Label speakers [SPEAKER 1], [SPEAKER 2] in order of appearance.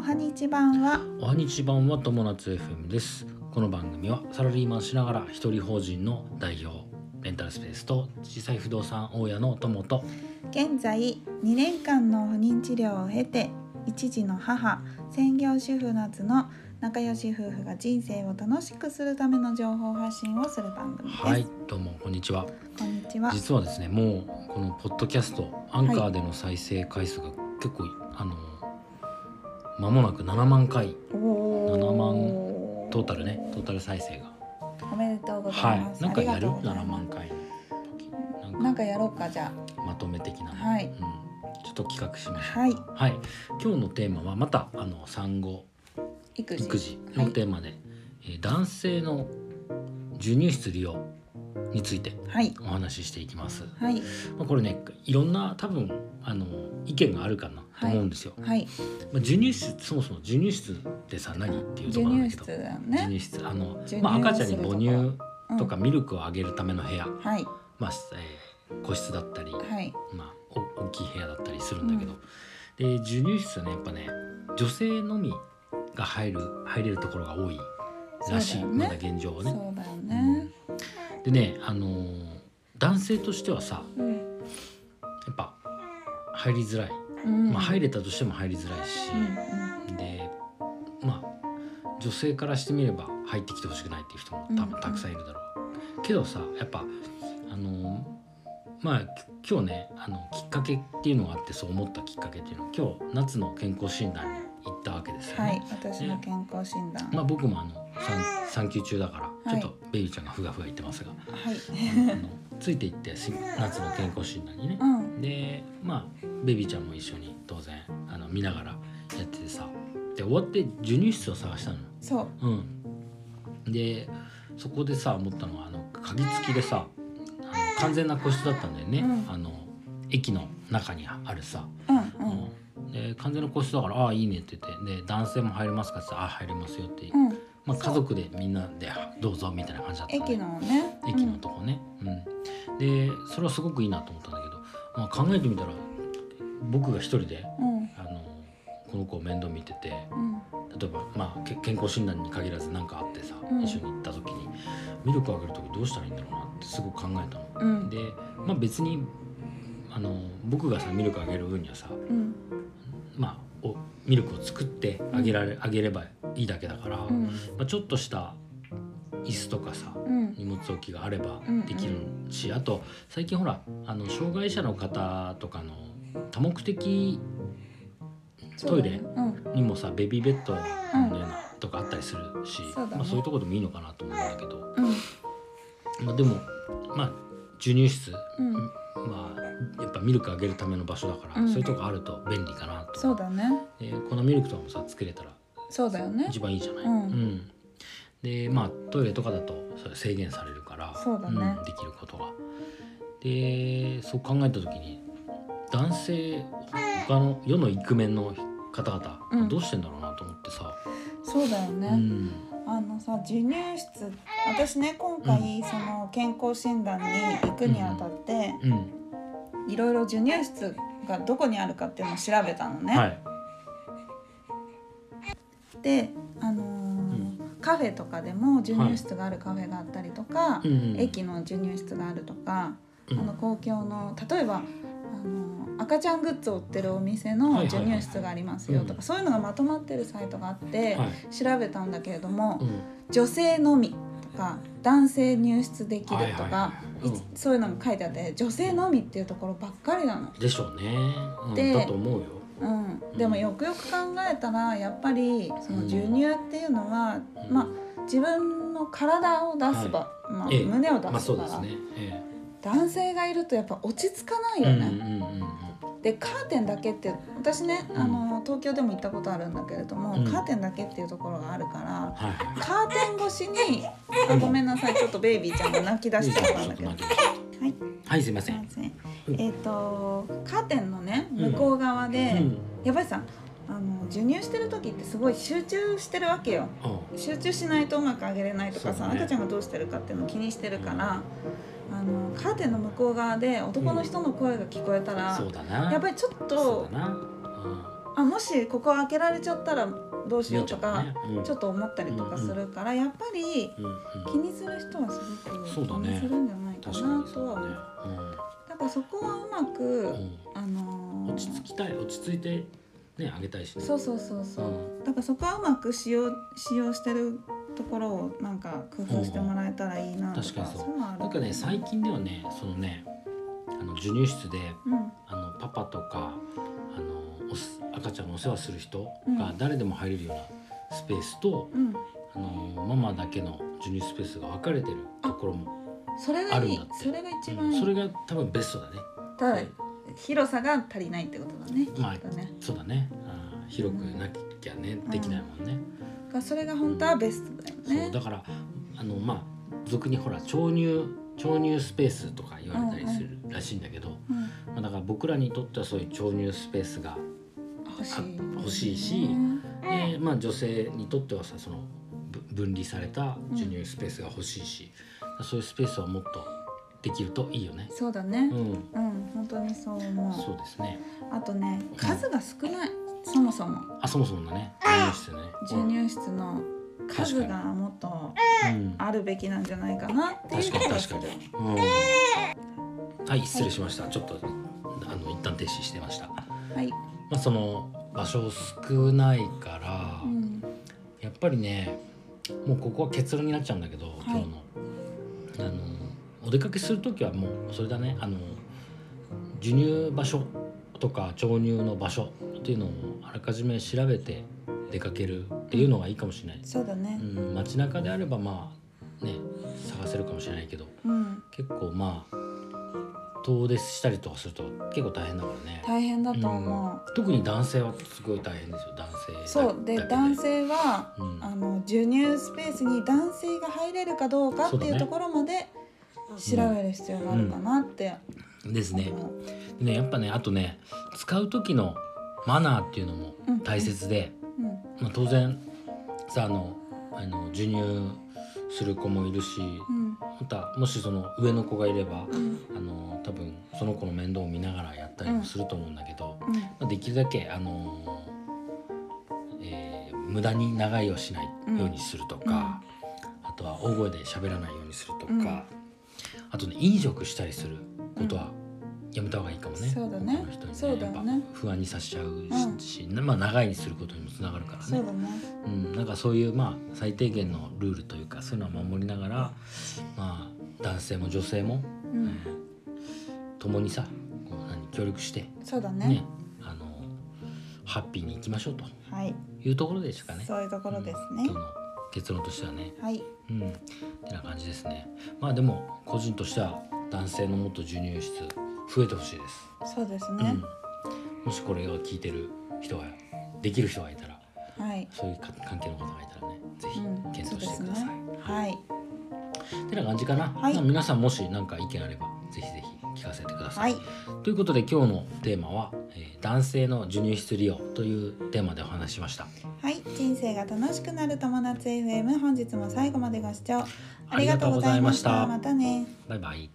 [SPEAKER 1] はにち版は
[SPEAKER 2] おはにち版は友達 FM ですこの番組はサラリーマンしながら一人法人の代表レンタルスペースと小さい不動産大家の友と
[SPEAKER 1] 現在2年間の不妊治療を経て一児の母専業主婦夏の仲良し夫婦が人生を楽しくするための情報発信をする番組です、
[SPEAKER 2] はいどうもこんにちは
[SPEAKER 1] こんにちは
[SPEAKER 2] 実はですねもうこのポッドキャストアンカーでの再生回数が結構、あの間もなく7万回
[SPEAKER 1] 7
[SPEAKER 2] 7万トータルねトータル再生が
[SPEAKER 1] おめでとうござ
[SPEAKER 2] はい
[SPEAKER 1] ます、
[SPEAKER 2] いなんか
[SPEAKER 1] あ
[SPEAKER 2] や
[SPEAKER 1] り
[SPEAKER 2] る
[SPEAKER 1] がとうござい
[SPEAKER 2] 7
[SPEAKER 1] ま
[SPEAKER 2] 万回の時なん
[SPEAKER 1] すなんかやろうかじゃ
[SPEAKER 2] まとめ的な、
[SPEAKER 1] あはい
[SPEAKER 2] うん、ちょっと企画しましょう
[SPEAKER 1] はい
[SPEAKER 2] はい、今日のテーマはまたあの産後
[SPEAKER 1] 育児
[SPEAKER 2] 育児のテーマで、えー男性の授乳室利用について
[SPEAKER 1] はい
[SPEAKER 2] お話ししていきます。
[SPEAKER 1] はい
[SPEAKER 2] まあ、これねいろんな多分あの意見があるかなと思うんですよ。
[SPEAKER 1] はい
[SPEAKER 2] まあ、授乳室そもそも授乳室ってさ何っていうと
[SPEAKER 1] 授
[SPEAKER 2] ころなん
[SPEAKER 1] 乳
[SPEAKER 2] だけ
[SPEAKER 1] 室
[SPEAKER 2] ど、
[SPEAKER 1] だよ
[SPEAKER 2] 授
[SPEAKER 1] ね
[SPEAKER 2] 乳室あの
[SPEAKER 1] 授乳
[SPEAKER 2] ま
[SPEAKER 1] を
[SPEAKER 2] あ、赤ちゃんに
[SPEAKER 1] すると
[SPEAKER 2] 母
[SPEAKER 1] こ
[SPEAKER 2] 乳とか
[SPEAKER 1] う
[SPEAKER 2] ミルクをあげるための部屋、
[SPEAKER 1] んはい
[SPEAKER 2] まあえー個室だったり、
[SPEAKER 1] はい
[SPEAKER 2] まあ、お大きい部屋だったりするんだけど、で授乳室はねやっぱね女性のみが入る入れるところが多いらしい、
[SPEAKER 1] そうだ
[SPEAKER 2] ま
[SPEAKER 1] よ
[SPEAKER 2] だ
[SPEAKER 1] ね
[SPEAKER 2] 現状
[SPEAKER 1] そ
[SPEAKER 2] は
[SPEAKER 1] う
[SPEAKER 2] ね。
[SPEAKER 1] だよね
[SPEAKER 2] でね、あのー男性としてはさ
[SPEAKER 1] うん
[SPEAKER 2] やっぱ入りづらい、
[SPEAKER 1] うん
[SPEAKER 2] まあ、入れたとしても入りづらいし
[SPEAKER 1] う、ん
[SPEAKER 2] でまあ女性からしてみれば入ってきてほしくないっていう人も多
[SPEAKER 1] うんう
[SPEAKER 2] 分
[SPEAKER 1] ん
[SPEAKER 2] たくさんいるだろう。けどさやっぱあのーまあき今日ねあのきっかけっていうのがあってそう思ったきっかけっていうのは今日夏の健康診断に行ったわけですよね。
[SPEAKER 1] はい私の健康診断
[SPEAKER 2] まあ、僕もあの産産休中だから
[SPEAKER 1] は
[SPEAKER 2] ちょ
[SPEAKER 1] い
[SPEAKER 2] っとベイビーちゃんがふがふが言ってますが、
[SPEAKER 1] はい
[SPEAKER 2] あのついていってし夏の健康診断にね
[SPEAKER 1] う、ん
[SPEAKER 2] でまあベビーちゃんも一緒に当然あの見ながらやっててさで終わって授乳室を探したのよ
[SPEAKER 1] そう
[SPEAKER 2] うん、でそこでさ思ったのはあの鍵付きでさあの完全な個室だったんだよね、
[SPEAKER 1] うん
[SPEAKER 2] あの駅の中にあるさ、
[SPEAKER 1] うん
[SPEAKER 2] うんで完全な個室だから「ああいいね」って言って「で男性も入れますか?」って言って「ああ入れますよ」って、
[SPEAKER 1] うんうん
[SPEAKER 2] まあ、家族でみんなで「どうぞ」みたいな感じだった
[SPEAKER 1] 駅のね
[SPEAKER 2] 駅のとこね、うんでそれはすごくいいなと思ったんだけど、まあ、考えてみたら僕が一人で
[SPEAKER 1] うん
[SPEAKER 2] あのこの子を面倒見てて。
[SPEAKER 1] うん
[SPEAKER 2] 例えば、まあ、け健康診断に限らず何かあってさ、
[SPEAKER 1] うん
[SPEAKER 2] 一緒に行った時にミルクをあげる時どうしたらいいんだろうなってすごく考えたの。
[SPEAKER 1] うん
[SPEAKER 2] で、まあ、別にあの僕がさミルクあげる分にはさ、
[SPEAKER 1] うん
[SPEAKER 2] まあ、おミルクを作ってあげられ、あげればいいだけだから、
[SPEAKER 1] う
[SPEAKER 2] ま
[SPEAKER 1] ん
[SPEAKER 2] あ、ちょっとした椅子とかさ
[SPEAKER 1] うん
[SPEAKER 2] 荷物置きがあれば
[SPEAKER 1] うんうん
[SPEAKER 2] できるし、あと最近ほらあの障害者の方とかの多目的トイレ
[SPEAKER 1] うん
[SPEAKER 2] にもさベビーベッドのようなとかあったりするし、
[SPEAKER 1] そうだね
[SPEAKER 2] まあ、そういうとこでもいいのかなと思うんだけど、
[SPEAKER 1] うん
[SPEAKER 2] まあ、でもまあ授乳室
[SPEAKER 1] うん
[SPEAKER 2] まあやっぱミルクあげるための場所だから、
[SPEAKER 1] うん
[SPEAKER 2] そういうとこあると便利かなと
[SPEAKER 1] そうだね
[SPEAKER 2] で粉ミルクとかもさ作れたら
[SPEAKER 1] そうだよね
[SPEAKER 2] 一番いいじゃない、
[SPEAKER 1] うん
[SPEAKER 2] でまあトイレとかだとそれ制限されるから
[SPEAKER 1] そうだね
[SPEAKER 2] んできることが。でそう考えた時に男性他の世のイクメンの方
[SPEAKER 1] う
[SPEAKER 2] 々
[SPEAKER 1] ん
[SPEAKER 2] どうしてんだろうなと思ってさ。
[SPEAKER 1] そうだよ
[SPEAKER 2] う
[SPEAKER 1] ね
[SPEAKER 2] ん
[SPEAKER 1] あのさ授乳室私ね今回その健康診断に行くにあたって
[SPEAKER 2] うん、
[SPEAKER 1] いろいろ授乳室がどこにあるかっていうのを調べたのね、
[SPEAKER 2] はい、
[SPEAKER 1] で、あのーカフェとかでも授乳室があるカフェがあったりとか、
[SPEAKER 2] うんうん、
[SPEAKER 1] 駅の授乳室があるとか、
[SPEAKER 2] うん
[SPEAKER 1] あの公共の例えば、あのー赤ちゃんグッズを売ってるお店の
[SPEAKER 2] はいはいは
[SPEAKER 1] 授
[SPEAKER 2] い
[SPEAKER 1] 乳室がありますよとか、
[SPEAKER 2] うん
[SPEAKER 1] そういうのがまとまってるサイトがあって、
[SPEAKER 2] はい、
[SPEAKER 1] 調べたんだけれども、
[SPEAKER 2] うん、
[SPEAKER 1] 女性のみとか男性入室できるとか、
[SPEAKER 2] はいはいはいうん
[SPEAKER 1] いつそういうのも書いてあって女性のみっていうところばっかりなの。
[SPEAKER 2] でしょうね、うん、
[SPEAKER 1] で
[SPEAKER 2] だと思うよ。
[SPEAKER 1] うん、でもよくよく考えたらやっぱりその授乳っていうのは、
[SPEAKER 2] うん
[SPEAKER 1] まあ自分の体を出すば、まあ、
[SPEAKER 2] ええ
[SPEAKER 1] 胸を出すば、
[SPEAKER 2] まあそうですね。え
[SPEAKER 1] 男性がいるとやっぱ落ち着かな
[SPEAKER 2] え
[SPEAKER 1] いよ
[SPEAKER 2] うんう
[SPEAKER 1] ね。
[SPEAKER 2] んうんうん。
[SPEAKER 1] でカーテンだけって私ね、
[SPEAKER 2] うん
[SPEAKER 1] あの東京でも行ったことあるんだけれども、
[SPEAKER 2] うん
[SPEAKER 1] カーテンだけっていうところがあるから
[SPEAKER 2] はいはい。
[SPEAKER 1] カーテン越しにあごめんなさいちょっとベイビーちゃんが泣き出しちゃったんだけど。
[SPEAKER 2] は
[SPEAKER 1] はい
[SPEAKER 2] い、はい、すいません。
[SPEAKER 1] すいませんえっ、とカーテンのね向こう側で、
[SPEAKER 2] うん、
[SPEAKER 1] やばいさあの授乳してる時ってすごい集中してるわけよ
[SPEAKER 2] あ
[SPEAKER 1] 集中しないとうまくあげれないとか
[SPEAKER 2] そ
[SPEAKER 1] さ、
[SPEAKER 2] うね
[SPEAKER 1] 赤ちゃんがどうしてるかっていうのを気にしてるから、あのカーテンの向こう側で男の人の声が聞こえたら、
[SPEAKER 2] そうだな。
[SPEAKER 1] やっぱりちょっ
[SPEAKER 2] そう
[SPEAKER 1] と
[SPEAKER 2] だな。
[SPEAKER 1] あもしここ開けられちゃったらどうしようとか、
[SPEAKER 2] ねうん
[SPEAKER 1] ちょっと思ったりとかするから、やっぱり
[SPEAKER 2] うんうん
[SPEAKER 1] 気にする人はすごく気
[SPEAKER 2] そうだね
[SPEAKER 1] にするんじゃないか
[SPEAKER 2] 確か
[SPEAKER 1] な
[SPEAKER 2] にそう
[SPEAKER 1] とは
[SPEAKER 2] だ
[SPEAKER 1] 思う
[SPEAKER 2] ね
[SPEAKER 1] だ,、からそこはうまく、
[SPEAKER 2] うんうん
[SPEAKER 1] あのー
[SPEAKER 2] 落ち着きたい落ち着いてねあげたいしね
[SPEAKER 1] そうそうそうそう、
[SPEAKER 2] う
[SPEAKER 1] だからそこはうまく使用使用してるところをなんか工夫してもらえたらいいなとか、
[SPEAKER 2] うんうん確かにそう
[SPEAKER 1] ういうのはある
[SPEAKER 2] なんかね最近ではねそのねあの授乳室で
[SPEAKER 1] うん
[SPEAKER 2] あのパパとかあのおす赤ちゃんのお世話する人
[SPEAKER 1] う
[SPEAKER 2] が誰でも入れるようなスペースと、
[SPEAKER 1] うん
[SPEAKER 2] あのママだけの授乳スペースが分かれてるところも、
[SPEAKER 1] それ
[SPEAKER 2] あ
[SPEAKER 1] が
[SPEAKER 2] る
[SPEAKER 1] い
[SPEAKER 2] ん
[SPEAKER 1] い
[SPEAKER 2] だって
[SPEAKER 1] それが一番いい、
[SPEAKER 2] それが多分ベストだね。
[SPEAKER 1] ただ広さが足りないってことだねきっと
[SPEAKER 2] まあ
[SPEAKER 1] ね
[SPEAKER 2] そうだね。あー広くなきゃね、
[SPEAKER 1] ん
[SPEAKER 2] できないもんね。
[SPEAKER 1] だからそれが本当はベストだよ
[SPEAKER 2] そう
[SPEAKER 1] ね
[SPEAKER 2] だからあのまあ俗にほら超乳超乳スペースとか言われたりするらしいんだけど、
[SPEAKER 1] うん
[SPEAKER 2] まあだから僕らにとってはそういう超乳スペースが
[SPEAKER 1] 欲しい
[SPEAKER 2] あ欲しいし
[SPEAKER 1] うん
[SPEAKER 2] でまあ、女性にとってはさそのぶ分離された授乳スペースが欲しいし、そういうスペースはもっとできるといいよね。
[SPEAKER 1] そうだね
[SPEAKER 2] うん、
[SPEAKER 1] うん、本当にそう思う
[SPEAKER 2] そうですね。
[SPEAKER 1] あとね数が少ないそもそも
[SPEAKER 2] あそもそもだね授乳室ね。
[SPEAKER 1] 授乳室の数がもっと
[SPEAKER 2] うん、
[SPEAKER 1] あるべきなんじゃないかなってい
[SPEAKER 2] 確
[SPEAKER 1] う
[SPEAKER 2] か
[SPEAKER 1] 気
[SPEAKER 2] に
[SPEAKER 1] が
[SPEAKER 2] 確
[SPEAKER 1] す
[SPEAKER 2] か
[SPEAKER 1] る
[SPEAKER 2] に。うん、はい失礼しました。ちょっとあの一旦停止してました。ま
[SPEAKER 1] はい、
[SPEAKER 2] あその場所少ないから、
[SPEAKER 1] うん、
[SPEAKER 2] やっぱりねもうここは結論になっちゃうんだけど、
[SPEAKER 1] い
[SPEAKER 2] 今日のあのお出かけする時はもうそれだねあの授乳場所とか調乳の場所っていうのをあらかじめ調べて出かけるっていうのがいいかもしれない、
[SPEAKER 1] そうだね
[SPEAKER 2] うん、街中であればまあね探せるかもしれないけど
[SPEAKER 1] うん
[SPEAKER 2] 結構まあ遠出したりとかすると結構大変だからね
[SPEAKER 1] 大変だと思
[SPEAKER 2] うん特に男性はすごい大変ですよ男性だ
[SPEAKER 1] うそうで
[SPEAKER 2] だけ
[SPEAKER 1] 男性は
[SPEAKER 2] うん
[SPEAKER 1] あの授乳スペースに男性が入れるかどうかっ
[SPEAKER 2] そう
[SPEAKER 1] てい
[SPEAKER 2] だ
[SPEAKER 1] う
[SPEAKER 2] ね
[SPEAKER 1] ところまで調べる必要があるかなって
[SPEAKER 2] ですね
[SPEAKER 1] 思う
[SPEAKER 2] でねやっぱねあとね使う時のマナーっていうのも大切で、
[SPEAKER 1] うん
[SPEAKER 2] まあ、当然さあのあの授乳する子もいるし
[SPEAKER 1] うん
[SPEAKER 2] またもしその上の子がいれば
[SPEAKER 1] うん
[SPEAKER 2] あの多分その子の面倒を見ながらやったりもすると思うんだけど、
[SPEAKER 1] うん
[SPEAKER 2] まあ、できるだけあの、えー無駄に長居をしないようにするとか、あとは大声で喋らないようにするとか、
[SPEAKER 1] うん
[SPEAKER 2] あとね飲食したりすることはやめた方がいいかもね。
[SPEAKER 1] そうだね
[SPEAKER 2] 他の人に
[SPEAKER 1] そうだ
[SPEAKER 2] や
[SPEAKER 1] よ
[SPEAKER 2] っ
[SPEAKER 1] ね
[SPEAKER 2] ぱ不安にさせちゃ
[SPEAKER 1] うん
[SPEAKER 2] うし、まあ長いにすることにもつながるから
[SPEAKER 1] そ
[SPEAKER 2] ね
[SPEAKER 1] う。だね
[SPEAKER 2] うん、なんかそういうまあ最低限のルールというかそういうのは守りながら、まあ男性も女性も、
[SPEAKER 1] うん
[SPEAKER 2] うん共にさこう何協力して
[SPEAKER 1] そうだ
[SPEAKER 2] ね
[SPEAKER 1] ね
[SPEAKER 2] あのハッピーに行きましょうと
[SPEAKER 1] はい
[SPEAKER 2] いうところですかね。
[SPEAKER 1] そういうところです
[SPEAKER 2] うん
[SPEAKER 1] ね
[SPEAKER 2] 今日の結論としてはね、
[SPEAKER 1] はい
[SPEAKER 2] うん、ってな感じですね。まあでも個人としては男性のもっと授乳室増えてほしいです。
[SPEAKER 1] そうですね
[SPEAKER 2] うん、もしこれを聞いてる人ができる人がいたら
[SPEAKER 1] はい
[SPEAKER 2] そういうか関係の方がいたらねぜひ
[SPEAKER 1] うん
[SPEAKER 2] 検
[SPEAKER 1] そう
[SPEAKER 2] 討
[SPEAKER 1] で
[SPEAKER 2] して
[SPEAKER 1] す
[SPEAKER 2] ください。
[SPEAKER 1] ねはい
[SPEAKER 2] てな感じかな、
[SPEAKER 1] はい
[SPEAKER 2] まあ皆さんもし何か意見あればぜひぜひ聞かせてくださ。
[SPEAKER 1] はいい
[SPEAKER 2] ということで今日のテーマは、えー男性の授乳室利用というテーマでお話ししました。
[SPEAKER 1] はい、人生が楽しくなる友達 FM 本日も最後までご視聴あ
[SPEAKER 2] あ
[SPEAKER 1] り
[SPEAKER 2] り
[SPEAKER 1] がと
[SPEAKER 2] が
[SPEAKER 1] う
[SPEAKER 2] とう
[SPEAKER 1] ご
[SPEAKER 2] ご
[SPEAKER 1] ざ
[SPEAKER 2] ざ
[SPEAKER 1] い
[SPEAKER 2] い
[SPEAKER 1] ま
[SPEAKER 2] ま
[SPEAKER 1] し。
[SPEAKER 2] したた
[SPEAKER 1] またね。
[SPEAKER 2] バイバイ。